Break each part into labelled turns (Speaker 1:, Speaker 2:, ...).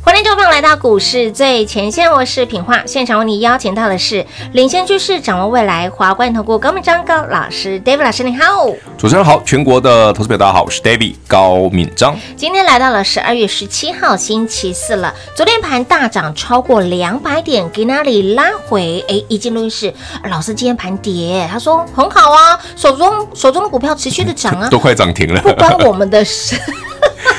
Speaker 1: 欢迎各位朋友来到股市最前线，我是品化。现场为你邀请到的是领先趋势、掌握未来华冠投顾高明章高老师，David 老师，你好。
Speaker 2: 主持人好，全国的投资表大家好，我是 David 高敏章。
Speaker 1: 今天来到了十二月十七号星期四了，昨天盘大涨超过两百点，给那里拉回？哎，一进录音室，老师今天盘跌，他说很好啊，手中手中的股票持续的涨啊，
Speaker 2: 都快涨停 了，
Speaker 1: 不关我们的 事。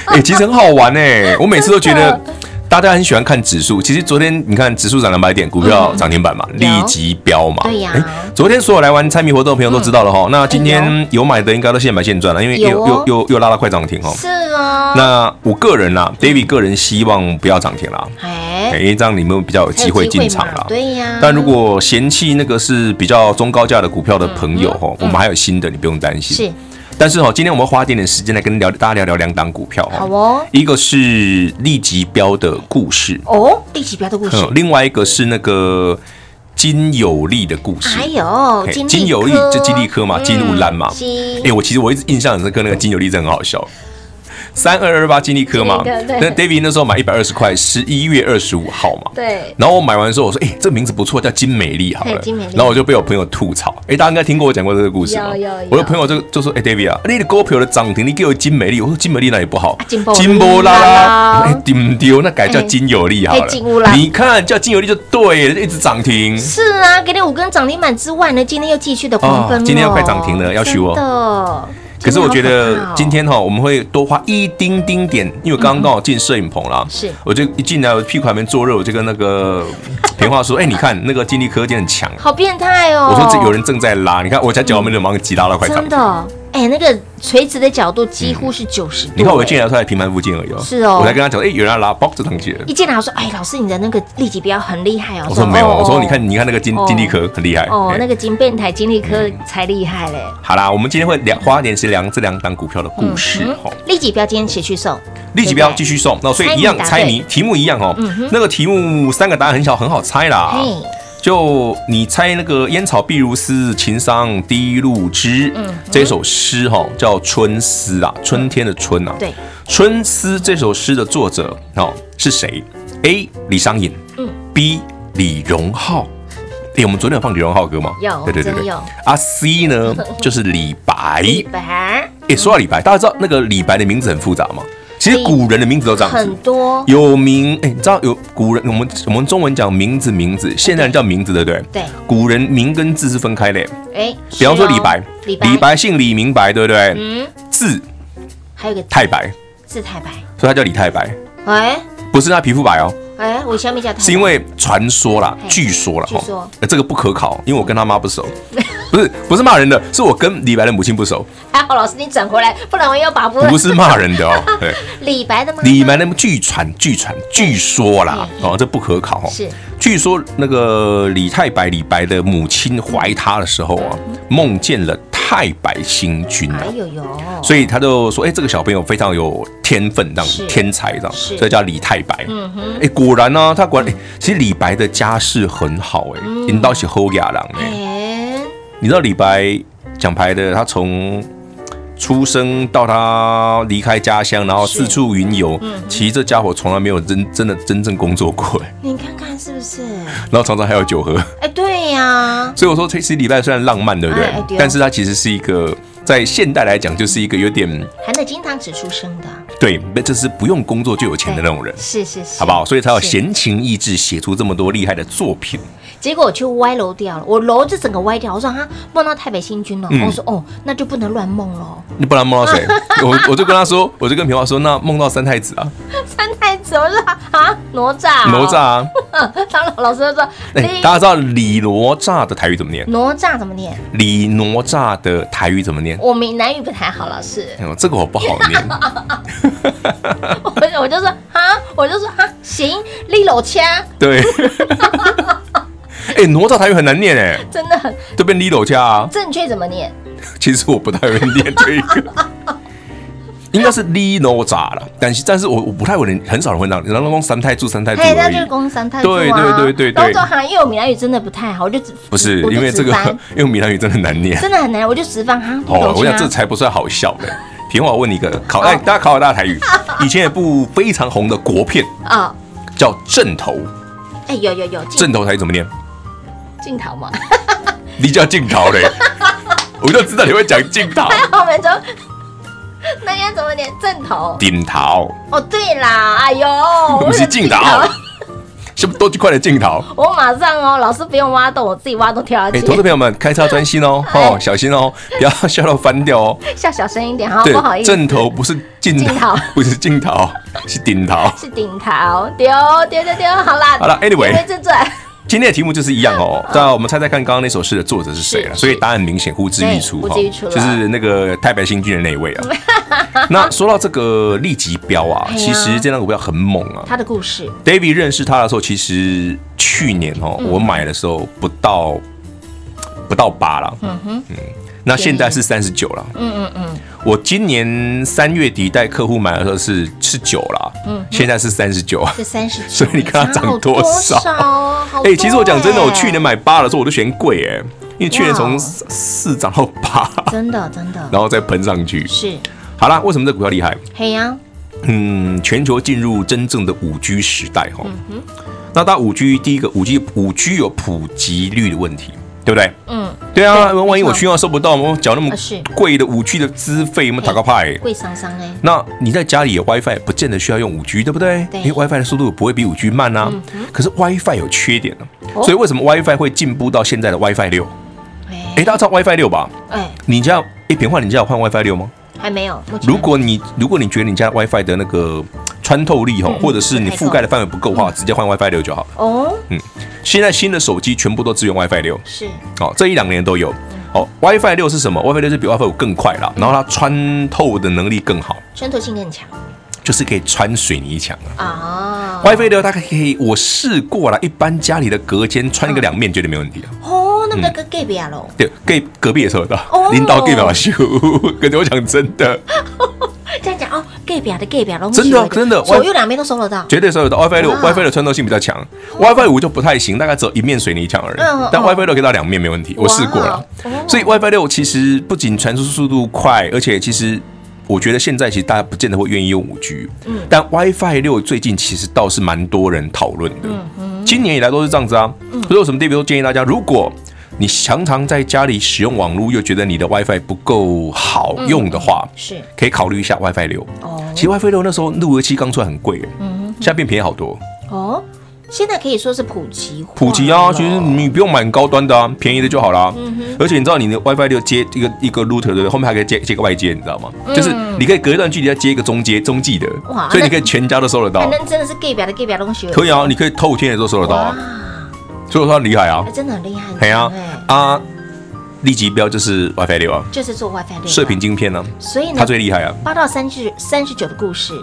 Speaker 2: 哎、其实很好玩哎、我每次都觉
Speaker 1: 真
Speaker 2: 得
Speaker 1: 的
Speaker 2: 大家很喜欢看指数。其实昨天你看指数涨两百点，股票涨停板嘛，立即飙嘛。
Speaker 1: 对呀嗯
Speaker 2: 哎昨天所有来玩猜谜活动的朋友都知道了哈。那今天有买的应该都现买现赚了，因为又
Speaker 1: 有哦
Speaker 2: 又又又拉到快涨停哈。
Speaker 1: 是啊，
Speaker 2: 那我个人啦、d a v i d 个人希望不要涨停啦，哎
Speaker 1: 嗯哎，
Speaker 2: 因为这样你们比较有
Speaker 1: 才有
Speaker 2: 机会进场
Speaker 1: 嘛
Speaker 2: 啦。
Speaker 1: 对呀、
Speaker 2: 但如果嫌弃那个是比较中高价的股票的朋友
Speaker 1: 嗯嗯
Speaker 2: 哈，我们还有新的，你不用担心。
Speaker 1: 是
Speaker 2: 但是哦，今天我们花一点点时间来跟聊大家聊聊两档股票
Speaker 1: 好
Speaker 2: 哦，
Speaker 1: 哦。
Speaker 2: 一个是立即标的故事，
Speaker 1: 哦，第几标的故事？
Speaker 2: 嗯，另外一个是那个金有利的故事
Speaker 1: 哎。呦，
Speaker 2: 嘿
Speaker 1: 金嗯
Speaker 2: 金有利就金利科嘛金乌兰嘛
Speaker 1: 金
Speaker 2: 哎、我其实我一直印象很深刻，那个金有利真的很好笑。三二二八金利科嘛，
Speaker 1: 金利科对
Speaker 2: 那 David 那时候买一百二十块，十一月二十五号嘛，
Speaker 1: 对，
Speaker 2: 然后我买完之后，我说：“哎、这名字不错，叫金美丽好了
Speaker 1: 嘿。金美”丽
Speaker 2: 然后我就被我朋友吐槽。哎、大家应该听过我讲过这个故事吧？
Speaker 1: 有有有
Speaker 2: 我的朋友就就说：“哎、d a v i d 啊，你的股票的涨停，你给我金美丽。”我说：“金美丽哪里不好？
Speaker 1: 金波
Speaker 2: 波
Speaker 1: 啦啦
Speaker 2: 啦，哎、对不丢，那改叫金有利好
Speaker 1: 哎
Speaker 2: 了。
Speaker 1: 哦金乌啦
Speaker 2: 你看叫金有利就对了，一直涨停。
Speaker 1: 是啊，给你五根涨停板之外呢，今天又继续的狂奔、哦
Speaker 2: 哦今天要快涨停了要许我
Speaker 1: 真的。
Speaker 2: 可是我觉
Speaker 1: 好可怕
Speaker 2: 得
Speaker 1: 哦
Speaker 2: 今天哈、我们会多花一丁丁点，因为刚刚刚好进摄影棚啦。
Speaker 1: 是
Speaker 2: 我就一进来，我屁股还没坐热，我就跟那个平话说：“哎、你看那个金利科技很强。”啊
Speaker 1: 好变态哦！
Speaker 2: 我说这有人正在拉，你看我家脚没有忙急拉到快涨
Speaker 1: 真
Speaker 2: 停。
Speaker 1: 的，哎，那个垂直的角度几乎是九十度。
Speaker 2: 你看我进
Speaker 1: 哎
Speaker 2: 来，他在平盘附近而已、哦。
Speaker 1: 是哦
Speaker 2: 我才跟他讲，哎、有人要拉 box 上去了。
Speaker 1: 一进来我说，哎，老师你的那个立体标很厉害哦。
Speaker 2: 我说没有，
Speaker 1: 哦
Speaker 2: 我说你。
Speaker 1: 哦
Speaker 2: 看，你看那个金
Speaker 1: 哦
Speaker 2: 金利科很厉害。
Speaker 1: 哦
Speaker 2: 哎，嗯
Speaker 1: 那个金变态金利科才厉害嘞！
Speaker 2: 好啦，我们今天会聊花一点时间聊这两档股票的故事
Speaker 1: 嗯
Speaker 2: 哦。
Speaker 1: 立即标今天持续送，
Speaker 2: 立即
Speaker 1: 对不
Speaker 2: 不要
Speaker 1: 对
Speaker 2: 继续送，那所
Speaker 1: 猜
Speaker 2: 以
Speaker 1: 谜
Speaker 2: 一样
Speaker 1: 答对嗯
Speaker 2: 猜谜题目一样哦。那个题目三个答案很小，很好猜啦。
Speaker 1: 嘿，
Speaker 2: 就你猜那个烟草碧如丝，情商低露枝，
Speaker 1: 嗯
Speaker 2: 这首诗哈、叫《春思》啊，春天的春啊。
Speaker 1: 对，
Speaker 2: 《春思》这首诗的作者哦是谁？A. 李商隐，
Speaker 1: 嗯
Speaker 2: ，B. 李荣浩。哎，我们昨天有放李荣浩歌吗？
Speaker 1: 有
Speaker 2: 对对对
Speaker 1: 真的
Speaker 2: 对
Speaker 1: 有。
Speaker 2: 啊 ，C 呢就是李白。
Speaker 1: 李白
Speaker 2: 哎，说到李白，大家知道那个李白的名字很复杂吗？其实古人的名字都这样
Speaker 1: 很
Speaker 2: 子。
Speaker 1: 多，
Speaker 2: 有名哎，你知道有古人，我们我们中文讲名字名字，现在人叫名字对不对？
Speaker 1: 对，
Speaker 2: 古人名跟字是分开的，
Speaker 1: 哎，
Speaker 2: 比方说
Speaker 1: 是哦
Speaker 2: 李白，
Speaker 1: 李白，
Speaker 2: 李，白姓李名白，对不对？
Speaker 1: 嗯，
Speaker 2: 字
Speaker 1: 还有一个
Speaker 2: 太白，
Speaker 1: 字太白，
Speaker 2: 所以他叫李太白，
Speaker 1: 哎
Speaker 2: 不是他皮肤白哦。
Speaker 1: 哎，我下面叫太白，
Speaker 2: 是 因为传说啦
Speaker 1: 嘿，
Speaker 2: 据说啦，
Speaker 1: 据
Speaker 2: 哈
Speaker 1: 说
Speaker 2: 呃这个不可考，因为我跟他妈不熟，不是不是骂人的，是我跟李白的母亲不熟，
Speaker 1: 还哦好老师你转回来，不然我要把不
Speaker 2: 不是骂人 的哦。对，
Speaker 1: 李白的吗？
Speaker 2: 李白的据传据传据说啦，哦这不可考哦。
Speaker 1: 嗯是
Speaker 2: 据说那个李太白李白的母亲怀他的时候啊，
Speaker 1: 嗯
Speaker 2: 梦见了太白星君啊
Speaker 1: 哎。呦呦，
Speaker 2: 所以他就说：“哎、这个小朋友非常有天分，这样
Speaker 1: 是
Speaker 2: 天才这样，
Speaker 1: 是
Speaker 2: 所以叫李太白。
Speaker 1: 嗯哼，
Speaker 2: 哎、果然呢、他果然、哎，其实李白的家世很好、哎、
Speaker 1: 嗯
Speaker 2: 引导起后亚郎哎。
Speaker 1: 哎，
Speaker 2: 你知道李白讲牌的，他从出生到他离开家乡，然后
Speaker 1: 是嗯
Speaker 2: 四处云游，其实这家伙从来没有真真的真正工作过、哎
Speaker 1: 你看看是不是？
Speaker 2: 然后常常还有酒喝。
Speaker 1: 哎，对呀，
Speaker 2: 所以我说，其实李白虽然浪漫，对不对？
Speaker 1: 哎哎对哦
Speaker 2: 但是他其实是一个在现代来讲，就是一个有点
Speaker 1: 含着金汤匙出生的，
Speaker 2: 对，就是不用工作就有钱的那种人。
Speaker 1: 是是是，
Speaker 2: 好不好？所以才有
Speaker 1: 是
Speaker 2: 闲情逸致写出这么多厉害的作品。
Speaker 1: 结果我去歪楼掉了，我楼就整个歪掉。我说哈，梦到太白星君了。
Speaker 2: 嗯
Speaker 1: 我说哦，那就不能乱梦喽。
Speaker 2: 你不然 梦到谁？我我就跟他说，我就跟平花说，那梦到三太子啊，
Speaker 1: 三太子，我说啊，哪吒，
Speaker 2: 哪吒。啊。
Speaker 1: 当然，老师就说，
Speaker 2: 哎、
Speaker 1: 你
Speaker 2: 大家知道李哪吒的台语怎么念？
Speaker 1: 哪吒怎么念？
Speaker 2: 李哪吒的台语怎么念？
Speaker 1: 我闽南语不太好，老师。
Speaker 2: 哎呦，这个我不好念。
Speaker 1: 我我就说啊，我就说啊，行，利落掐，
Speaker 2: 对。哎，哪吒台语很难念哎，
Speaker 1: 真的很
Speaker 2: 这边 Lilo 家啊，
Speaker 1: 正确，怎么念？
Speaker 2: 其实我不太会念这一个，应该是 Lilo 家了，但是但是我我不太会念，很少人会让，然后讲三太柱三太柱
Speaker 1: 嘿，那
Speaker 2: 而
Speaker 1: 就是
Speaker 2: 已。
Speaker 1: 工商太
Speaker 2: 对对对对对
Speaker 1: 然后做行，因为我闽南语真的不太好，我就只
Speaker 2: 不是
Speaker 1: 我就
Speaker 2: 因为
Speaker 1: 直
Speaker 2: 这个
Speaker 1: 翻，
Speaker 2: 因为闽南语真的很难念。
Speaker 1: 真的很难， 我就啊直翻哈。
Speaker 2: 哦，我
Speaker 1: 想
Speaker 2: 想这才不算好笑的。平话，我问你一个
Speaker 1: 哦
Speaker 2: 考，哎，大家考考大家台语。 以前有部非常红的国片
Speaker 1: 啊，
Speaker 2: 叫《正头》，
Speaker 1: 哎，有有有镜
Speaker 2: 正头台语怎么念？
Speaker 1: 镜头嘛，
Speaker 2: 你叫镜头嘞，我就知道你会讲镜头，
Speaker 1: 我们就 那应该怎么念？正头。
Speaker 2: 顶头，
Speaker 1: 哦，对啦，哎呦，
Speaker 2: 不
Speaker 1: 我
Speaker 2: 是镜头，是不是多几块的镜头？
Speaker 1: 我马上哦，老师不用挖洞，我自己挖洞跳下
Speaker 2: 哎，
Speaker 1: 去
Speaker 2: 投资。朋友们，开车专心哦，
Speaker 1: 哎
Speaker 2: 哦，小心哦，不要笑到翻掉哦。
Speaker 1: 笑小声一点哈，
Speaker 2: 对
Speaker 1: 不好，意思，
Speaker 2: 正头不是镜
Speaker 1: 镜头
Speaker 2: 头，不是镜头，是顶头。
Speaker 1: 是顶头，丢丢丢丢，好啦，
Speaker 2: 好啦，anyway
Speaker 1: 言归正传，
Speaker 2: 今天的题目就是一 样哦，大家我们猜猜看，刚刚那首诗的作者是谁了？
Speaker 1: 是
Speaker 2: 所以答案明显呼之欲出
Speaker 1: 对
Speaker 2: 哈
Speaker 1: 呼之欲出，了
Speaker 2: 就是那个太白星君的那一位 啊。那说到这个利吉标啊
Speaker 1: 哎，呀
Speaker 2: 其实这张股票很猛啊。
Speaker 1: 他的故事，
Speaker 2: David 认识他的时候，其实去年哦，
Speaker 1: 嗯
Speaker 2: 我买的时候不到不到八了，嗯哼，那现在是三十九了，嗯嗯嗯。我今年三月底带客户买的时候是是九啦，嗯，现在是三十九，
Speaker 1: 这三十，
Speaker 2: 所以你看它
Speaker 1: 差好
Speaker 2: 涨多少
Speaker 1: 多啊好
Speaker 2: 哎、
Speaker 1: 多
Speaker 2: 其实我讲真的，我
Speaker 1: 哎
Speaker 2: 去年买八的时候我都嫌贵哎、因为去年
Speaker 1: 哇
Speaker 2: 从四四涨到八，
Speaker 1: 真的真的
Speaker 2: 然后再喷上去。
Speaker 1: 是
Speaker 2: 好啦，为什么这股票厉害？
Speaker 1: 黑呀，
Speaker 2: 嗯，全球进入真正的五 G 时代
Speaker 1: 嗯
Speaker 2: 哈。那到五 G，第一个五 G 五 G 有普及率的问题，对不对？
Speaker 1: 嗯，
Speaker 2: 对啊，
Speaker 1: 对
Speaker 2: 万一
Speaker 1: 没错
Speaker 2: 我讯号收不到，我缴那么
Speaker 1: 啊是
Speaker 2: 贵的五 G 的资费，我们打个派。
Speaker 1: 贵桑桑哎，
Speaker 2: 那你在家里有 WiFi，不见得需要用五 G，对不对？
Speaker 1: 对嗯
Speaker 2: 因为 WiFi 的速度不会比五 G 慢啊。可是 WiFi 有缺点呢、
Speaker 1: 哦
Speaker 2: 所以为什么 WiFi 会进步到现在的 WiFi 六？哎、
Speaker 1: 哎
Speaker 2: 大家知道 WiFi 六吧？
Speaker 1: 哎，
Speaker 2: 你家哎，平话，你家有换 WiFi 六吗？
Speaker 1: 还没有，目前
Speaker 2: 如果你如果你觉得你家 WiFi 的那个穿透力吼，或者是你覆盖的范围不够的话，直接换 WiFi 六就好了。
Speaker 1: 嗯
Speaker 2: 嗯
Speaker 1: 哦
Speaker 2: 现在新的手机全部都支援 WiFi 六，
Speaker 1: 是
Speaker 2: 哦，这一两年都有。哦，WiFi 六是什么？WiFi 六是比 WiFi 五更快啦，然后它穿透的能力更好，
Speaker 1: 穿透性更强
Speaker 2: 就是可以穿水泥墙啊。
Speaker 1: 啊
Speaker 2: WiFi 六大概可以，我试过了，一般家里的隔间穿一个两面绝对没问题啊。
Speaker 1: 哦，那么个 gay 比亚喽，
Speaker 2: 对，隔隔壁也收得
Speaker 1: 哦
Speaker 2: 到，领导给秒修， 跟着我讲真的，
Speaker 1: 这样讲哦，gay 比亚的 gay 比亚喽，
Speaker 2: 真的哦真的
Speaker 1: 左右两边都收得到，
Speaker 2: 绝对收得到 WiFi 六
Speaker 1: 哇
Speaker 2: ，WiFi 的穿透性比较强，WiFi 五就不太行，大概只有一面水泥墙而已
Speaker 1: 哦嗯嗯。
Speaker 2: 但 WiFi 六可以到两面没问题，我试过了。
Speaker 1: 哇哦
Speaker 2: 所以 WiFi 六其实不仅传输速度快，而且其实我觉得现在其实大家不见得会愿意用五 G，但
Speaker 1: 嗯
Speaker 2: WiFi 六最近其实倒是蛮多人讨论的，
Speaker 1: 嗯
Speaker 2: 今年以来都是这样子啊。所以有什么地方都建议大家，如果你常常在家里使用网络，又觉得你的 WiFi 不够好
Speaker 1: 嗯
Speaker 2: 用的话，
Speaker 1: 是
Speaker 2: 可以考虑一下 WiFi 六。
Speaker 1: 哦
Speaker 2: 其实 WiFi 六那时候路由器刚出来很贵，
Speaker 1: 嗯
Speaker 2: 现在变便宜好多。
Speaker 1: 哦，现在可以说是普及化
Speaker 2: 普及啊，
Speaker 1: 了
Speaker 2: 其实你不用买很高端的啊，便宜的就好啦。
Speaker 1: 嗯
Speaker 2: 而且你知道你的 WiFi 六接一个一个 router 的，后面还可以接接个外接，你知道吗？就是你可以隔一段距离再接一个中接中继的
Speaker 1: 嗯哇，
Speaker 2: 所以你可以全家都收得
Speaker 1: 哎
Speaker 2: 到。
Speaker 1: 那真的是 gay 表的 gay 表东西，
Speaker 2: 可以啊，你可以透天也都收得到
Speaker 1: 哇
Speaker 2: 啊，，所以我说它厉害啊
Speaker 1: 哎，真的很厉害，
Speaker 2: 哎呀
Speaker 1: 哎
Speaker 2: 啊，立即标就是 WiFi 六啊，
Speaker 1: 就是做 WiFi 六嘛
Speaker 2: 射频，晶片呢，
Speaker 1: 所以呢
Speaker 2: 它，最厉害啊。
Speaker 1: 八到三十三十九的故事，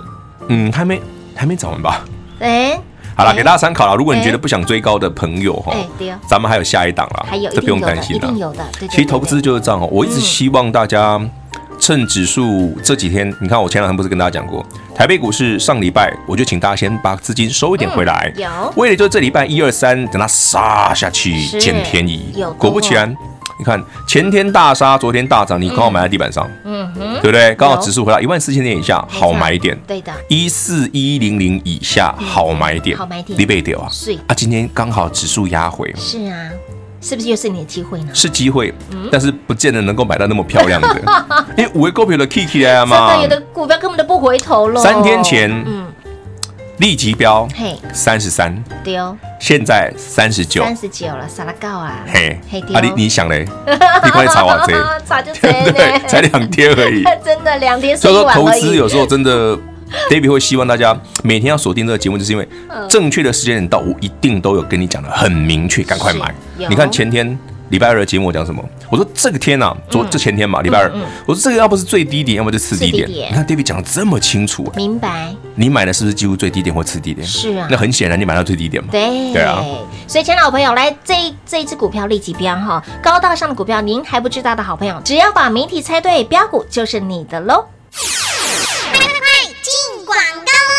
Speaker 2: 嗯，还没还没涨完吧？
Speaker 1: 哎，
Speaker 2: 好啦，
Speaker 1: 哎
Speaker 2: 给大家参考啦。如果你
Speaker 1: 哎
Speaker 2: 觉得不想追高的朋友哈
Speaker 1: 哎对哦，
Speaker 2: 咱们还有下一档啦，
Speaker 1: 还有
Speaker 2: 这
Speaker 1: 一
Speaker 2: 不
Speaker 1: 定有
Speaker 2: 用担
Speaker 1: 的，
Speaker 2: 心
Speaker 1: 一
Speaker 2: 啦
Speaker 1: 定。有的，对对
Speaker 2: 其实投资
Speaker 1: 对
Speaker 2: 就是这样哦，我一直希望大家趁指数这几天，你看我前两天不是跟大家讲过，台北股市上礼拜我就请大家先把资金收一点回来，
Speaker 1: 嗯有
Speaker 2: 为了就这礼拜一二三等它杀下去
Speaker 1: 是
Speaker 2: 捡便宜
Speaker 1: 有，
Speaker 2: 果不其然。你看前天大杀，昨天大涨，你刚好买在地板上，嗯哼，对不对？刚好指数回到一万四千点以下，
Speaker 1: 没
Speaker 2: 好
Speaker 1: 错
Speaker 2: 买点。
Speaker 1: 对的，
Speaker 2: 一四一零零以下好买点，
Speaker 1: 好买点
Speaker 2: 你被丢啊
Speaker 1: 是！
Speaker 2: 啊，今天刚好指数压回，
Speaker 1: 是啊，是不是又是你的机会呢？
Speaker 2: 是机会，
Speaker 1: 嗯
Speaker 2: 但是不见得能够买到那么漂亮的， 因为五位股票的 Kiki 来
Speaker 1: 真
Speaker 2: 啊嘛
Speaker 1: 的，啊有的股票根本都不回头了。
Speaker 2: 三天前
Speaker 1: 嗯，
Speaker 2: 立即标
Speaker 1: 嘿，
Speaker 2: 三十三，
Speaker 1: 丢
Speaker 2: 现在三十九，
Speaker 1: 三十九了，撒拉告啊，
Speaker 2: 嘿
Speaker 1: 嘿，丢
Speaker 2: 啊你你想嘞，你快 查我这，，
Speaker 1: 差就贼
Speaker 2: 对不 对？才
Speaker 1: 呢，
Speaker 2: 两天而已，
Speaker 1: 真的两天
Speaker 2: 所以
Speaker 1: 睡
Speaker 2: 说
Speaker 1: 一晚
Speaker 2: 投
Speaker 1: 而
Speaker 2: 资
Speaker 1: 已。
Speaker 2: 有时候真的。David 会希望大家每天要锁定这个节目，就是因
Speaker 3: 嗯
Speaker 2: 为正确的时间点到，我一定都有跟你讲的很明确，赶快买
Speaker 1: 是有。
Speaker 2: 你看前天礼拜二的节目我讲什么？我说这个天
Speaker 3: 嗯
Speaker 2: 呐、昨这前天嘛，礼拜二，我说这个要不是最低点，要么就次低
Speaker 3: 次
Speaker 2: 点。
Speaker 3: 低点
Speaker 2: 你看 David 讲的这么清楚、哎
Speaker 3: 明白？
Speaker 2: 你买的是不是几乎最低点或次低点？
Speaker 3: 是啊
Speaker 2: 那很显然你买到最低点嘛。
Speaker 3: 对
Speaker 2: 对啊
Speaker 3: 所以，亲爱的好朋友，来这一这一只股票立即标哈，高大上的股票您还不知道的好朋友，只要把谜题猜对，标股就是你的喽。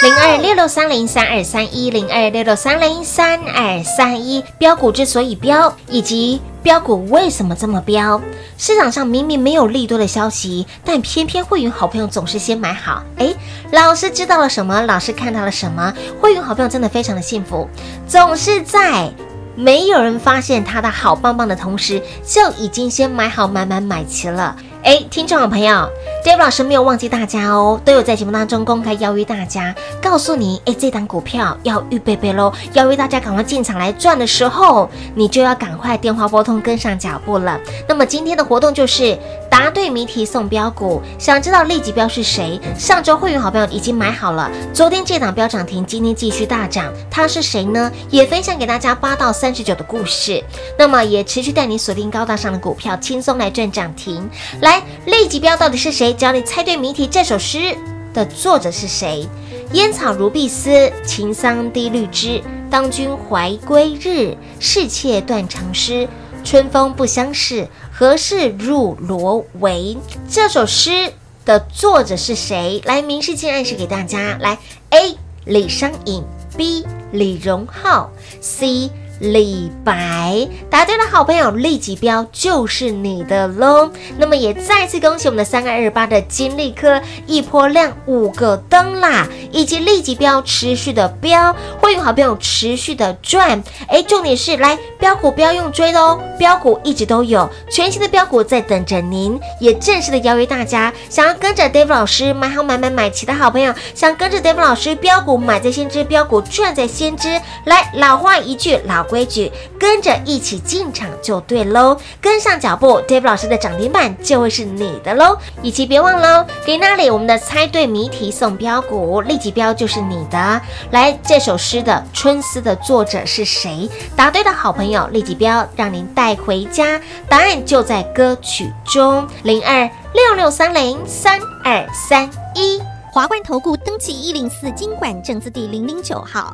Speaker 3: 零二六六三零三二三一零二六六三零三二三一，标股之所以标，以及标股为什么这么标，市场上明明没有利多的消息，但偏偏会员好朋友总是先买好。诶，老师知道了什么？老师看到了什么？会员好朋友真的非常的幸福，总是在。没有人发现他的好棒棒的同时，就已经先买好买买买齐了。哎，听众好朋友，Dave 老师没有忘记大家哦，都有在节目当中公开邀约大家，告诉你，哎，这档股票要预备备喽，邀约大家赶快进场来赚的时候，你就要赶快电话拨通跟上脚步了。那么今天的活动就是答对谜题送标股，想知道立即标是谁？上周会员好朋友已经买好了，昨天这档标涨停，今天继续大涨，它是谁呢？也分享给大家八到三十九的故事，那么也持续带你锁定高大上的股票，轻松来赚涨停。来，立即标到底是谁？只要你猜对谜题，这首诗的作者是谁？烟草如碧丝，秦桑低绿枝。当君怀归日，是妾断肠诗。春风不相识，何事入罗帷？这首诗的作者是谁？来，明示性暗示给大家。来，A. 李商隐，B. 李荣浩，C. 李白。答对的好朋友立即标就是你的喽。那么也再次恭喜我们的三二二八的金利科一波亮五个灯啦，以及立即标持续的标，会员好朋友持续的赚。哎，重点是来标股不要用追的哦，标股一直都有，全新的标股在等着您。也正式的邀约大家，想要跟着 Dave 老师买好买买买齐的好朋友，想跟着 Dave 老师标股买在先知，标股赚在先知。来，老话一句，老规矩，跟着一起进场就对喽，跟上脚步，Dave 老师的涨停板就会是你的喽。以及别忘哦喽，给那里我们的猜对谜题送标股，立即标就是你的。来，这首诗的《春思》的作者是谁？答对的好朋友立即标，让您带回家，答案就在歌曲中。零二六六三零三二三一。
Speaker 4: 华冠投顾登记一零四经管证字第零零九号。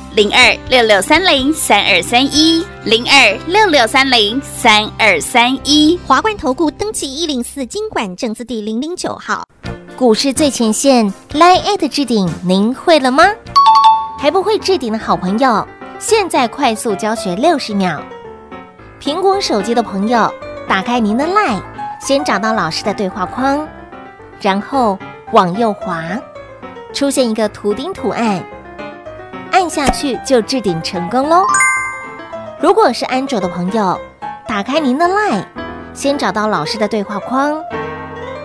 Speaker 5: 零二六六三零三二三一，零二六六三零三二三一。
Speaker 4: 华冠投顾登记一零四经管证字第零零九号。
Speaker 3: 股市最前线 Line at 置顶，您会了吗？还不会置顶的好朋友，现在快速教学六十秒。苹果手机的朋友，打开您的 Line，先找到老师的对话框，然后往右滑，出现一个图钉图案，按下去就置顶成功喽。如果是安卓的朋友，打开您的 Line，先找到老师的对话框，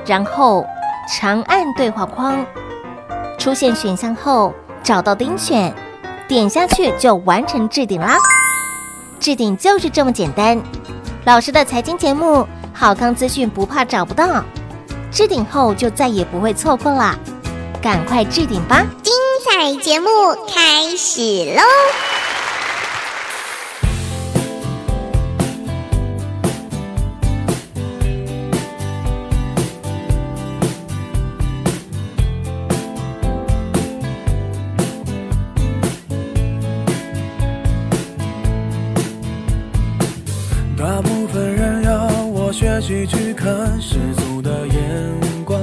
Speaker 3: 然后长按对话框，出现选项后，找到钉选，点下去就完成置顶啦。置顶就是这么简单。老师的财经节目，好康资讯不怕找不到，置顶后就再也不会错过啦，赶快置顶吧！
Speaker 4: 彩节目开始喽！
Speaker 6: 大部分人要我学习去看世俗的眼光，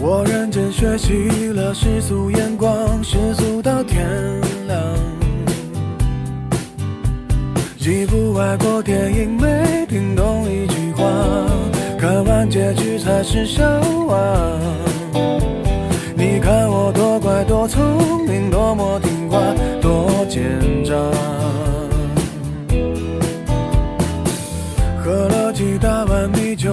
Speaker 6: 我认真学习了世俗眼光，世俗到天亮。既不爱过电影，没听懂一句话，看完结局才是笑话。你看我多乖多聪明，多么听话，多奸诈。喝了几大碗米酒，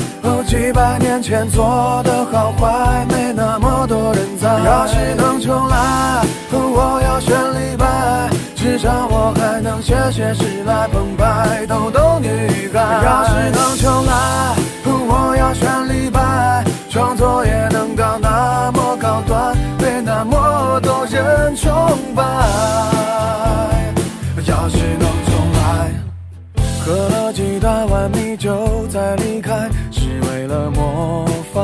Speaker 6: 哦，几百年前做的好坏，没那么多人在。要是能重来，我要选李白。至少我还能写写诗来澎湃，逗逗女孩。要是能重来，我要选李白，创作也能到那么高端，被那么多人崇拜。要是能重来。喝了几大碗米酒再离开，是为了模仿。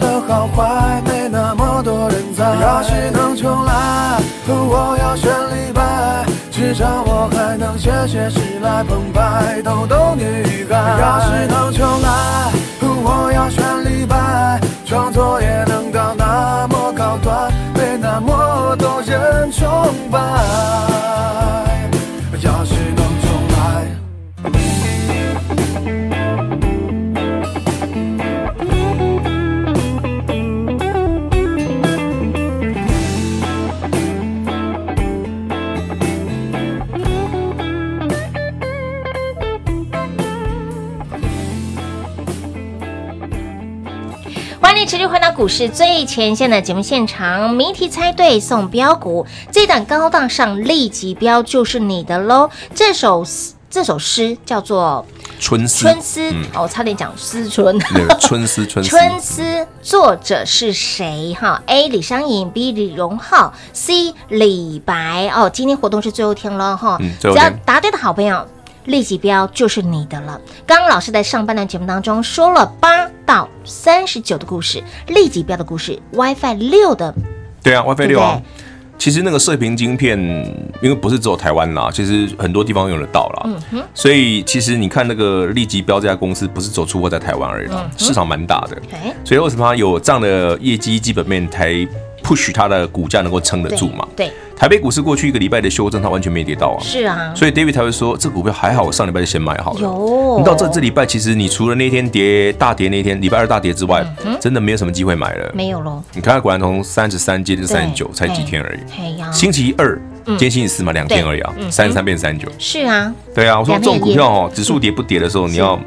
Speaker 6: 的好坏，没那么多人在。要是能重来，我要选李白。至少我还能写写诗来澎湃，逗逗女孩。要是能重来，我要选李白，创作也能到那么高端，被那么多人崇拜。要是能重来。
Speaker 3: 欢迎持续回到股市最前线的节目现场，谜题猜对送标股，这档高档上立即标就是你的喽。这首诗这首诗叫做
Speaker 2: 春
Speaker 3: 《
Speaker 2: 思，
Speaker 3: 春思》
Speaker 2: 嗯
Speaker 3: 哦，差点讲思春。
Speaker 2: 那个春思，春思，
Speaker 3: 春思作者是谁？哈，A 李商隐，B 李荣浩，C 李白。哦，今天活动是最后一天了哈，
Speaker 2: 嗯
Speaker 3: 只
Speaker 2: 最后一
Speaker 3: 要
Speaker 2: 天
Speaker 3: 答对的好朋友，立即标就是你的了。刚刚老师在上半段节目当中说了八到三十九的故事，立即标的故事，WiFi 六的，
Speaker 2: 对啊，WiFi 六
Speaker 3: 对
Speaker 2: 啊
Speaker 3: 不。
Speaker 2: 其实那个射频晶片，因为不是只有台湾啦，其实很多地方用得到啦。
Speaker 3: 嗯
Speaker 2: 所以其实你看那个利吉标这家公司，不是走出货在台湾而已
Speaker 3: 嗯
Speaker 2: 啦，市场蛮大的。
Speaker 3: 哎，
Speaker 2: 所以为什么它有这样的业绩基本面，才 push 它的股价能够撑得
Speaker 3: 对
Speaker 2: 住嘛？哦
Speaker 3: 对，
Speaker 2: 台北股市过去一个礼拜的修正，它完全没跌到啊。
Speaker 3: 是啊，
Speaker 2: 所以 David 才会说，这股票还好，我上礼拜就先买好了。
Speaker 3: 有
Speaker 2: 你到这这礼拜，其实你除了那天跌大跌那天礼拜二大跌之外，
Speaker 3: 嗯
Speaker 2: 真的没有什么机会买了。
Speaker 3: 没有喽？
Speaker 2: 你看它果然从三十三接近
Speaker 3: 对嗯
Speaker 2: 三十九，才几天而已。
Speaker 3: 哎呀，
Speaker 2: 星期二，今天星期四嘛，两天而已啊，三十三变三九。
Speaker 3: 是啊，
Speaker 2: 对啊，我说
Speaker 3: 嗯两
Speaker 2: 这种
Speaker 3: 天
Speaker 2: 股票哦，指数跌不跌的时候，你要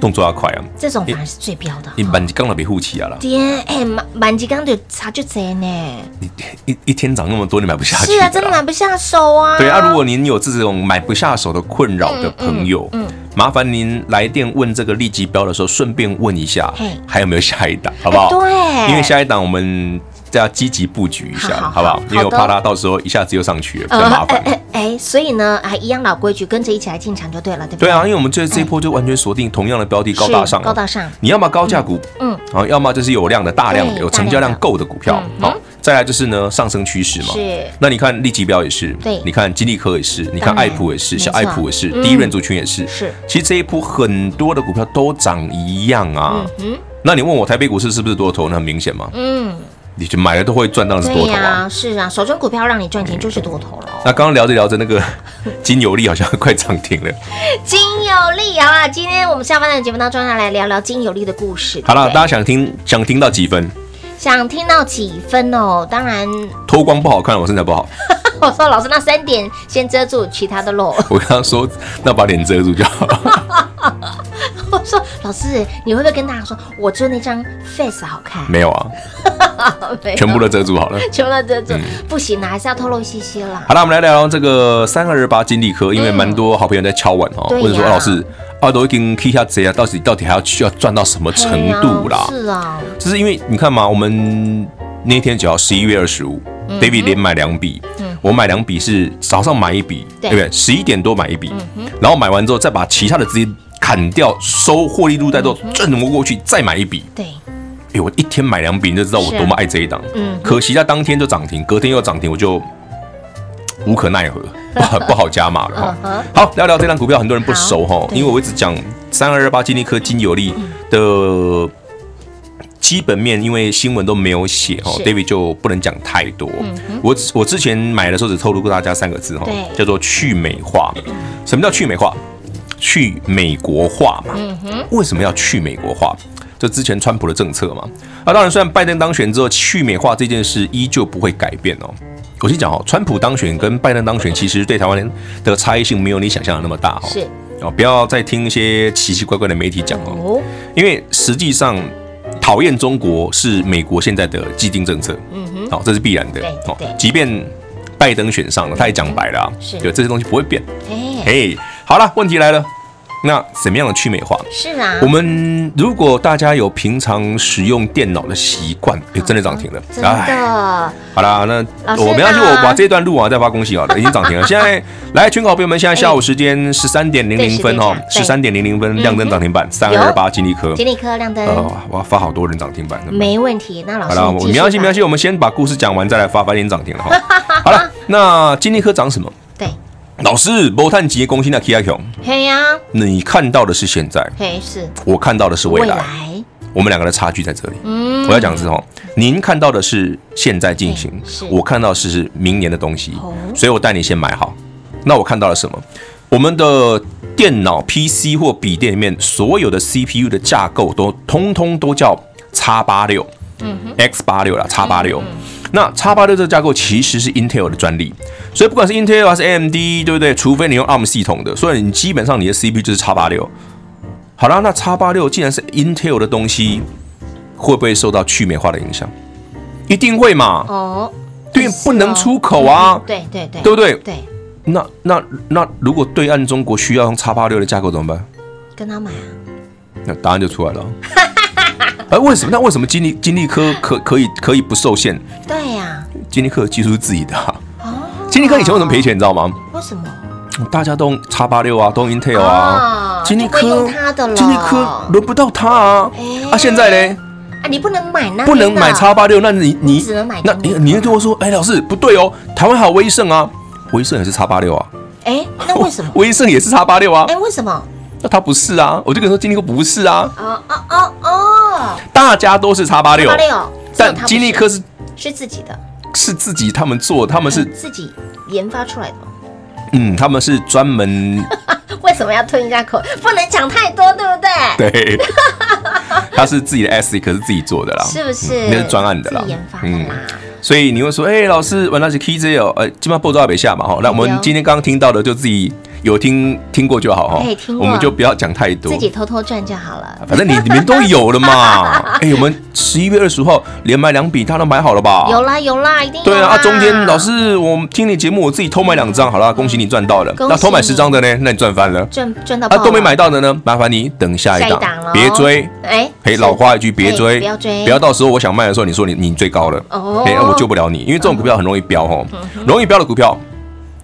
Speaker 2: 动作要快啊。
Speaker 3: 这种反而是最标的。
Speaker 2: 你
Speaker 3: 哈
Speaker 2: 满刚了别护起啊啦，
Speaker 3: 天，哎，满满级刚就差就贼呢。
Speaker 2: 你一一天涨那么多，你买不下去。
Speaker 3: 是啊，真的。买不下手啊。
Speaker 2: 对啊，如果您有这种买不下手的困扰的朋友，
Speaker 3: 嗯
Speaker 2: 麻烦您来电问这个利基标的时候，顺便问一下
Speaker 3: 嘿哎
Speaker 2: 还有没有下一档，好不好？
Speaker 3: 对
Speaker 2: 因为下一档我们要积极布局一下，好
Speaker 3: 好好
Speaker 2: 不
Speaker 3: 好
Speaker 2: 好
Speaker 3: 好？的
Speaker 2: 因为我怕它到时候一下子又上去了，比较麻
Speaker 3: 哎
Speaker 2: 烦。
Speaker 3: 哎哎，所以呢，啊，一样老规矩，跟着一起来进场就对了，对不
Speaker 2: 对
Speaker 3: 对
Speaker 2: 啊，因为我们这这一波就完全锁定同样的标的高大上啊，
Speaker 3: 是高大上
Speaker 2: 你要么高价股，
Speaker 3: 嗯，
Speaker 2: 然后要么就是有量的、大量的、
Speaker 3: 对
Speaker 2: 有成交
Speaker 3: 大量
Speaker 2: 量
Speaker 3: 的
Speaker 2: 够的股票
Speaker 3: 嗯，
Speaker 2: 好，再来就是呢上升趋势嘛，
Speaker 3: 是
Speaker 2: 那你看利基标也是，
Speaker 3: 对
Speaker 2: 你看金利科也是，你
Speaker 3: 当
Speaker 2: 看
Speaker 3: 然
Speaker 2: 爱普也是，
Speaker 3: 没
Speaker 2: 小
Speaker 3: 错
Speaker 2: 爱普也是，
Speaker 3: 嗯
Speaker 2: 第一润族群也是。
Speaker 3: 是，
Speaker 2: 其实这一波很多的股票都涨一样啊。
Speaker 3: 嗯
Speaker 2: 那你问我台北股市是不是多头？那很明显嘛，
Speaker 3: 嗯，
Speaker 2: 你就买了都会赚，当然是多
Speaker 3: 对
Speaker 2: 头啊。嗯
Speaker 3: 呀，是啊，手中股票让你赚钱就是多头了。
Speaker 2: 那刚刚聊着聊着，那个 金有利好像快涨停了。
Speaker 3: 金有利啊，今天我们下半段节目当中要来聊聊金有利的故事。
Speaker 2: 好了，
Speaker 3: 对不对
Speaker 2: 大家想听想听到几分？
Speaker 3: 想听到几分哦？当然，
Speaker 2: 脱光不好看，我身材不好。
Speaker 3: 我说老师那三点先遮住，其他的露。
Speaker 2: 我刚刚说，那把脸遮住就好了。
Speaker 3: 我说老师，你会不会跟大家说，我只有那张 face 好看？
Speaker 2: 没有啊，
Speaker 3: 没有
Speaker 2: 全部都遮住好了。
Speaker 3: 全部都遮
Speaker 2: 嗯
Speaker 3: 住，不行啊啦，还是要透露一些些啦。
Speaker 2: 好了，我们来聊聊这个三二八金利科，因为蛮多好朋友在敲碗哦，
Speaker 3: 对呀
Speaker 2: 或者说、啊老师啊都已经 K 下贼啊，到底到底还要需要赚到什么程度啦？
Speaker 3: 嘿啊是啊，
Speaker 2: 就是因为你看嘛，我们那天只要十一月二十五，David
Speaker 3: 嗯
Speaker 2: 连买两笔，我买两笔是早上买一笔，对
Speaker 3: 对嗯
Speaker 2: 不对？十一点多买一笔，然后买完之后再把其他的资金砍掉，收获利入袋之
Speaker 3: 嗯
Speaker 2: 后赚不过去，再买一笔。
Speaker 3: 对，
Speaker 2: 哎，我一天买两笔，你就知道我
Speaker 3: 是啊
Speaker 2: 多么爱这一档。
Speaker 3: 嗯
Speaker 2: 可惜它当天就涨停，隔天又涨停，我就嘖无可奈何， 不好不好加码了哈。
Speaker 3: 嗯
Speaker 2: 好，聊聊这张股票，很多人不熟哈，
Speaker 3: 对
Speaker 2: 因为我一直讲三二二八金利科金有利的基本面，因为新闻都没有写哈
Speaker 3: 是嗯
Speaker 2: ，David 就不能讲太多。我只我之前买的时候只透露过大家三个字哈
Speaker 3: 对，
Speaker 2: 叫做去美化。什么叫去美化？去美国化嘛。为什么要去美国化？这之前川普的政策嘛。那当然，虽然拜登当选之后，去美化这件事依旧不会改变哦。我先讲哦，川普当选跟拜登当选其实对台湾人的差异性没有你想象的那么大哦。
Speaker 3: 是
Speaker 2: 哦，不要再听一些奇奇怪怪的媒体讲哦，
Speaker 3: 哦，
Speaker 2: 因为实际上讨厌中国是美国现在的既定政策，
Speaker 3: 嗯哼，
Speaker 2: 好、这是必然的
Speaker 3: 对。
Speaker 2: 哦
Speaker 3: 对，
Speaker 2: 即便拜登选上了，他也讲白了、啊，
Speaker 3: 是
Speaker 2: 对这些东西不会变。
Speaker 3: 哎，
Speaker 2: 嘿，好了，问题来了，那怎么样的去美化？
Speaker 3: 是啊，
Speaker 2: 我们如果大家有平常使用电脑的习惯，也真的涨停了，
Speaker 3: 哦真
Speaker 2: 哎
Speaker 3: 的
Speaker 2: 好啦，那
Speaker 3: 老师
Speaker 2: 我没关系，
Speaker 3: 呢
Speaker 2: 我把这段录完再发恭喜好了，已经涨停了。现在来，全好朋友们，现在下午时间十三点零
Speaker 3: 对
Speaker 2: 零分哦，
Speaker 3: 对
Speaker 2: 十三点零零分亮灯涨停板三
Speaker 3: 嗯有
Speaker 2: 二八金利科，
Speaker 3: 金立科亮灯、
Speaker 2: 呃，我要发好多人涨停板，怎么办
Speaker 3: 没问题。那老
Speaker 2: 好
Speaker 3: 师，
Speaker 2: 了，我
Speaker 3: 你
Speaker 2: 没
Speaker 3: 继续
Speaker 2: 关系，
Speaker 3: 吧
Speaker 2: 没关系，我们先把故事讲完再来发，反正已经涨停了哈。 好了，那金利科涨什么？
Speaker 3: 对，
Speaker 2: 老师，波探吉恭喜那 K I Q，
Speaker 3: 嘿呀、
Speaker 2: 你看到的是现在，
Speaker 3: 嘿是
Speaker 2: 我看到的是未来，
Speaker 3: 来，
Speaker 2: 我们两个的差距在这里。
Speaker 3: 嗯，
Speaker 2: 我要讲的是哦，您看到的是现在进行
Speaker 3: 对是，
Speaker 2: 我看到的是明年的东西
Speaker 3: 哦，
Speaker 2: 所以我带你先买好。那我看到了什么？我们的电脑、PC 或笔电里面所有的 CPU 的架构都通通都叫 x 八六，X
Speaker 3: 嗯
Speaker 2: 八六啦，X 八六。那 X 八六这个架构其实是 Intel 的专利，所以不管是 Intel 还是 AMD，对不对？除非你用 ARM 系统的，所以你基本上你的 CPU 就是 X 八六。好啦，那 X 八六既然是 Intel 的东西，会不会受到去美化的影响？一定会嘛，
Speaker 3: 哦，
Speaker 2: 对，
Speaker 3: 是
Speaker 2: 不能
Speaker 3: 哦
Speaker 2: 出口啊，
Speaker 3: 对对对，
Speaker 2: 对不对？
Speaker 3: 对，
Speaker 2: 那那那如果对岸中国需要用 X 八六的架构怎么办？
Speaker 3: 跟他买啊，
Speaker 2: 那答案就出来 了。哎，为什么？那为什么金利金利科可可以可以不受限？
Speaker 3: 对呀、
Speaker 2: 金利科的技术是自己的、啊。
Speaker 3: 哦，
Speaker 2: 金利科以前为什么赔？钱，你知道吗？
Speaker 3: 为什么？
Speaker 2: 大家都用叉八六啊，都用 Intel 啊
Speaker 3: 啊，
Speaker 2: 金利
Speaker 3: 就不会
Speaker 2: 科
Speaker 3: 用它的了
Speaker 2: 金利科轮不到它啊
Speaker 3: 哎。
Speaker 2: 啊，现在呢，
Speaker 3: 啊，你不能买那
Speaker 2: 不能
Speaker 3: 边的
Speaker 2: 买叉八六，那你你
Speaker 3: 只能买
Speaker 2: 那
Speaker 3: 金
Speaker 2: 你
Speaker 3: 利科
Speaker 2: 你又跟我说，哎，老师不对哦，台湾还有威盛啊，威盛也是叉八六啊，？
Speaker 3: 哎，那为什么
Speaker 2: 威盛也是叉八六啊
Speaker 3: 哎，，为什么？
Speaker 2: 那它不是啊，我就跟你说金利科不是啊，
Speaker 3: 哦哦哦哦，
Speaker 2: 大家都是叉八六
Speaker 3: 八，六，只有
Speaker 2: 但
Speaker 3: 它不
Speaker 2: 金利
Speaker 3: 是
Speaker 2: 科是
Speaker 3: 是自己的，
Speaker 2: 是自己他们做，他们是
Speaker 3: 自己研发出来的。
Speaker 2: 嗯，他们是专门
Speaker 3: 为什么要吞人家口？不能讲太多，对不对？
Speaker 2: 对，他是自己的 S，可是自己做的啦，
Speaker 3: 是不是
Speaker 2: 嗯那是专案的啦嗯
Speaker 3: 自己研发的啦
Speaker 2: 所以你会说，哎、老师，玩那是 K Z 哦，呃，基本上步骤要北下嘛，哈。那我
Speaker 3: 有
Speaker 2: 们今天刚刚听到的，就自己有听听过就好哈
Speaker 3: 哎听。过
Speaker 2: 我们就不要讲太多
Speaker 3: 自，己偷偷赚就好了。
Speaker 2: 反正你你们都有了 嘛。哎、我们十一月二十号连买两笔，他都买好了吧？
Speaker 3: 有啦有啦，一定有
Speaker 2: 啊对啊，
Speaker 3: 啦
Speaker 2: 啊，中间老师，我听你节目，我自己偷买两张，好啦，恭喜你赚到了。
Speaker 3: 恭喜
Speaker 2: 那偷买
Speaker 3: 你
Speaker 2: 十张的呢？那你赚翻了。
Speaker 3: 赚赚到
Speaker 2: 啊，
Speaker 3: 爆
Speaker 2: 都没
Speaker 3: 了
Speaker 2: 买到的呢，麻烦你等下
Speaker 3: 下
Speaker 2: 一
Speaker 3: 一档
Speaker 2: 档
Speaker 3: 喽，，
Speaker 2: 别追。
Speaker 3: 哎，
Speaker 2: 嘿，
Speaker 3: 是
Speaker 2: 老话一句，别
Speaker 3: 哎
Speaker 2: 追，
Speaker 3: 不要追，
Speaker 2: 不要到时候我想卖的时候，你说你你最高了，
Speaker 3: 哦嗯
Speaker 2: 嘿，啊我救不了你，因为这种股票很容易飙吼，容易飙的股票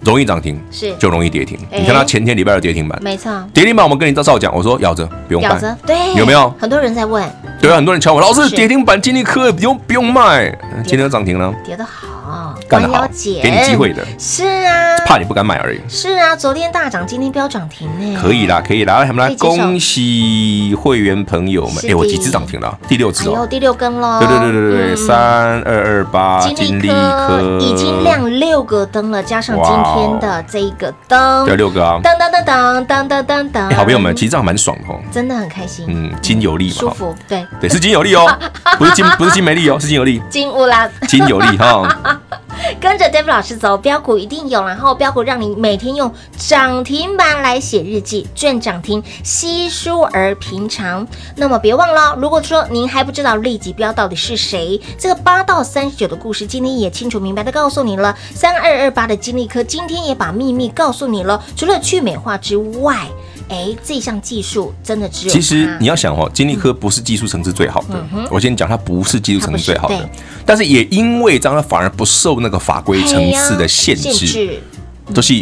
Speaker 2: 容易涨停，
Speaker 3: 是
Speaker 2: 就容易跌停。
Speaker 3: 哎
Speaker 2: 你看它前天礼拜的跌停板，
Speaker 3: 没错，
Speaker 2: 跌停板我们跟你照照讲，我说咬着不用
Speaker 3: 咬着
Speaker 2: 办，
Speaker 3: 对，
Speaker 2: 有没有
Speaker 3: 很多人在问，
Speaker 2: 对啊，很多人敲我，老师
Speaker 3: 是
Speaker 2: 跌停板今天科不用不用卖，呃今天又涨停了，
Speaker 3: 跌得好，
Speaker 2: 干得
Speaker 3: 弯腰
Speaker 2: 好，
Speaker 3: 捡
Speaker 2: 给你机会的，
Speaker 3: 是啊，
Speaker 2: 怕你不敢买而已。
Speaker 3: 是啊，昨天大涨，今天飙涨停呢，
Speaker 2: 可以啦，可以啦，来我们
Speaker 3: 可
Speaker 2: 来
Speaker 3: 以接受
Speaker 2: 恭喜会员朋友们
Speaker 3: 是！的
Speaker 2: 哎，我几只涨停了啊？第六只
Speaker 3: 哎呦，
Speaker 2: 哦。
Speaker 3: 第六根喽，
Speaker 2: 对对对对对对，
Speaker 3: 嗯。
Speaker 2: 三二二八
Speaker 3: 金
Speaker 2: 啊金
Speaker 3: 利
Speaker 2: 利
Speaker 3: 科
Speaker 2: 科
Speaker 3: 已经亮六个灯了，加上今天的这一个灯，
Speaker 2: 对，六个啊。
Speaker 3: 噔噔噔噔噔噔噔
Speaker 2: 哎
Speaker 3: 噔，
Speaker 2: 好朋友们，其实这样蛮爽的哦。
Speaker 3: 真的很开心，
Speaker 2: 嗯，金有力嘛，
Speaker 3: 舒服，对，
Speaker 2: 对， 是金有力哦，不是金不是金没力哦，是金有力，
Speaker 3: 进屋啦，
Speaker 2: 金有力哈。
Speaker 3: 跟着 Dave 老师走，标股一定有，然后标股让你每天用涨停板来写日记，赚涨停，稀疏而平常。那么别忘了哦，如果说您还不知道利己标到底是谁，这个八到三十九的故事，今天也清楚明白的告诉你了。三二二八的金利科今天也把秘密告诉你了，除了去美化之外。哎，这项技术真的只有
Speaker 2: 其实
Speaker 3: 它
Speaker 2: 你要想哦，金利科不是技术层次最好
Speaker 3: 嗯
Speaker 2: 的，我先讲它不是技术层次最好
Speaker 3: 它不是
Speaker 2: 的，但是也因为这样，它反而不受那个法规层次的限
Speaker 3: 哎呀限
Speaker 2: 制，
Speaker 3: 制
Speaker 2: 就是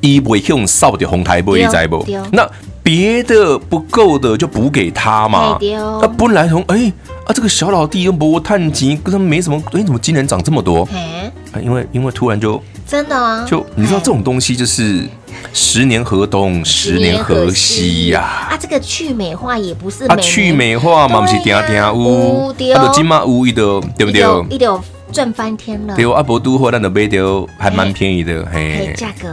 Speaker 2: 一不会用扫的红台不
Speaker 3: 对哦
Speaker 2: 会在不
Speaker 3: 对，
Speaker 2: 那别的不够的就补给他嘛
Speaker 3: 哎，对哦
Speaker 2: 那不然从哎啊这个小老弟跟博探级跟他没什么，哎怎么今年涨这么多？
Speaker 3: 哎，
Speaker 2: 啊因为因为突然就
Speaker 3: 真的啊，
Speaker 2: 就你知道
Speaker 3: 哎
Speaker 2: 这种东西就是十年河东十年河西呀、
Speaker 3: 啊，这个去美化也不是
Speaker 2: 啊，
Speaker 3: 每
Speaker 2: 去
Speaker 3: 年
Speaker 2: 美化嘛，不是
Speaker 3: 对
Speaker 2: 定
Speaker 3: 呀
Speaker 2: 定
Speaker 3: 有
Speaker 2: 乌，
Speaker 3: 对
Speaker 2: 啊，就金马乌一的，对不对？
Speaker 3: 一流赚翻天了，
Speaker 2: 对，阿啊伯都货，咱的买掉还蛮便宜的，
Speaker 3: 哎，
Speaker 2: 嘿，
Speaker 3: 价格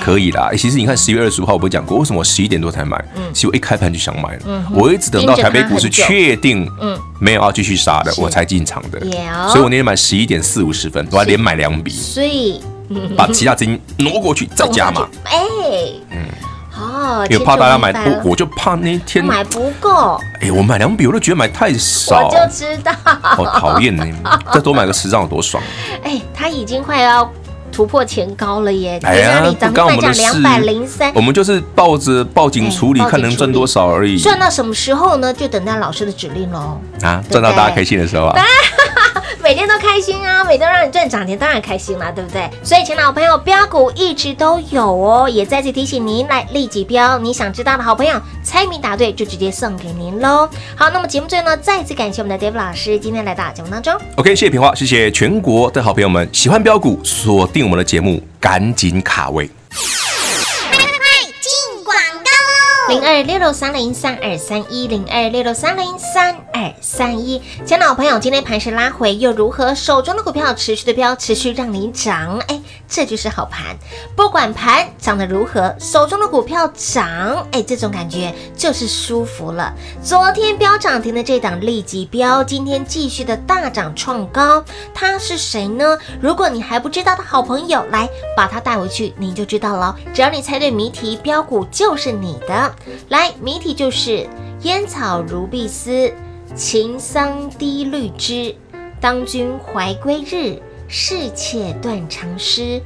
Speaker 2: 可
Speaker 3: 以，
Speaker 2: 以啦。欸其实你看十月二十五号，我不是讲过，为什么我十一点多才买？
Speaker 3: 嗯
Speaker 2: 其实我一开盘就想买了，我一直等到台北股市确定
Speaker 3: 嗯
Speaker 2: 没有要继续杀的，
Speaker 3: 是
Speaker 2: 我才进场的。
Speaker 3: 有嗯
Speaker 2: 所以我那天买十一点四五十分，我还连买两笔，
Speaker 3: 所以
Speaker 2: 把其他资金挪过去再加码，，
Speaker 3: 嗯哎，嗯，哦，
Speaker 2: 因为怕大家买
Speaker 3: 千九百万
Speaker 2: 多，我就怕那一天，
Speaker 3: 买不够，
Speaker 2: 哎，我买两笔我都觉得买太少
Speaker 3: 我，就知道，
Speaker 2: 好讨厌呢，再多买个十张有多 爽。
Speaker 3: 哎，它已经快要。突破前高了耶！
Speaker 2: 哎呀
Speaker 3: 你咱
Speaker 2: 不干
Speaker 3: 们
Speaker 2: 我
Speaker 3: 卖
Speaker 2: 们
Speaker 3: 价
Speaker 2: 的事
Speaker 3: 两百零三，
Speaker 2: 我们就是抱着报警处理，
Speaker 3: 哎
Speaker 2: 看能赚多少而已。
Speaker 3: 赚到什么时候呢？就等待老师的指令喽。
Speaker 2: 啊，
Speaker 3: 对
Speaker 2: 赚到大家开心的时候啊，
Speaker 3: 每天都开心啊，每天让你赚涨停，当然开心啊啦，对不对？所以，请老朋友，标股一直都有哦，也再次提醒您来立即标，你想知道的好朋友，猜谜答对就直接送给您喽。好，那么节目最后呢，再次感谢我们的 Dave 老师今天来到节目当中。
Speaker 2: OK，谢谢平花，谢谢全国的好朋友们，喜欢标股，锁定我们的节目，赶紧卡位。
Speaker 4: 进广告
Speaker 3: 零二六六三零三二三一零二六六三零三哎二三一，亲爱的朋友，今天盘势拉回又如何？手中的股票持续的飙，持续让你涨，哎，这就是好盘。不管盘涨得如何，手中的股票涨，哎，这种感觉就是舒服了。昨天飙涨停的这档利即标，今天继续的大涨创高，它是谁呢？如果你还不知道的好朋友，来把它带回去，你就知道了。只要你猜对谜题，标股就是你的。来，谜题就是烟草如碧丝，秦桑低绿枝。当君怀归日，是妾断肠诗。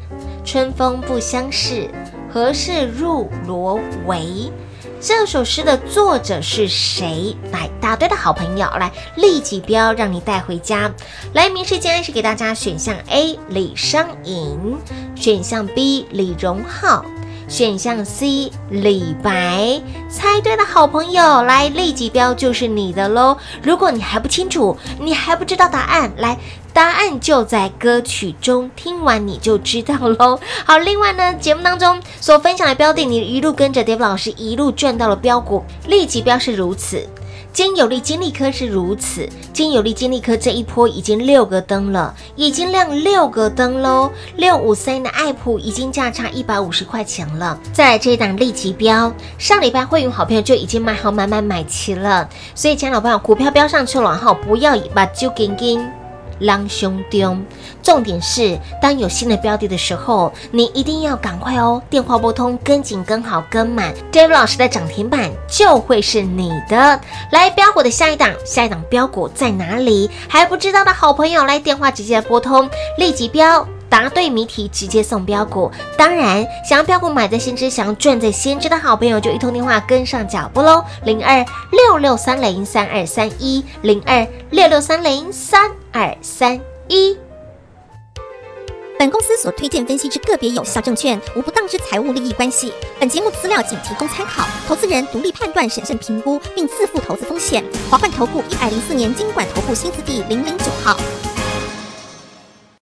Speaker 3: 春风不相识，何事入罗帷？这首诗的作者是谁？来，答对的好朋友，来立即标，让你带回家。来，明世间是给大家选项 A 李商隐，选项 B 李荣浩，选项 C 李白。猜对的好朋友，来立即标就是你的喽。如果你还不清楚，你还不知道答案，来。答案就在歌曲中，听完你就知道喽。 好，另外呢，节目当中所分享的标的，你一路跟着 Dave 老师一路赚到了标股，立即标是如此，金有利金利科是如此，金有利金利科这一波已经六个灯了，已经亮六个灯喽。六五三的爱普已经价差一百五十块钱了。再来这一档利即标，上礼拜会员好朋友就已经买好买买买齐了，所以亲爱的老朋友，股票标上去了哈，不要把揪紧紧。狼兄丢。重点是，当有新的标的的时候，你一定要赶快哦，电话拨通，跟紧、跟好、跟满。Dave 老师的涨停板就会是你的。来，标股的下一档，下一档标股在哪里？还不知道的好朋友，来电话直接拨通，立即标。答对谜题直接送标股，当然想要标股买在先知，想要赚在先知的好朋友就一通电话跟上脚步喽，零二六六三零三二三一零二六六三零三二三一。
Speaker 4: 本公司所推荐分析之个别有效证券，无不当之财务利益关系。本节目资料仅提供参考，投资人独立判断、审慎评估，并自负投资风险。华冠投顾一百零四年经管投顾新字第零零九号。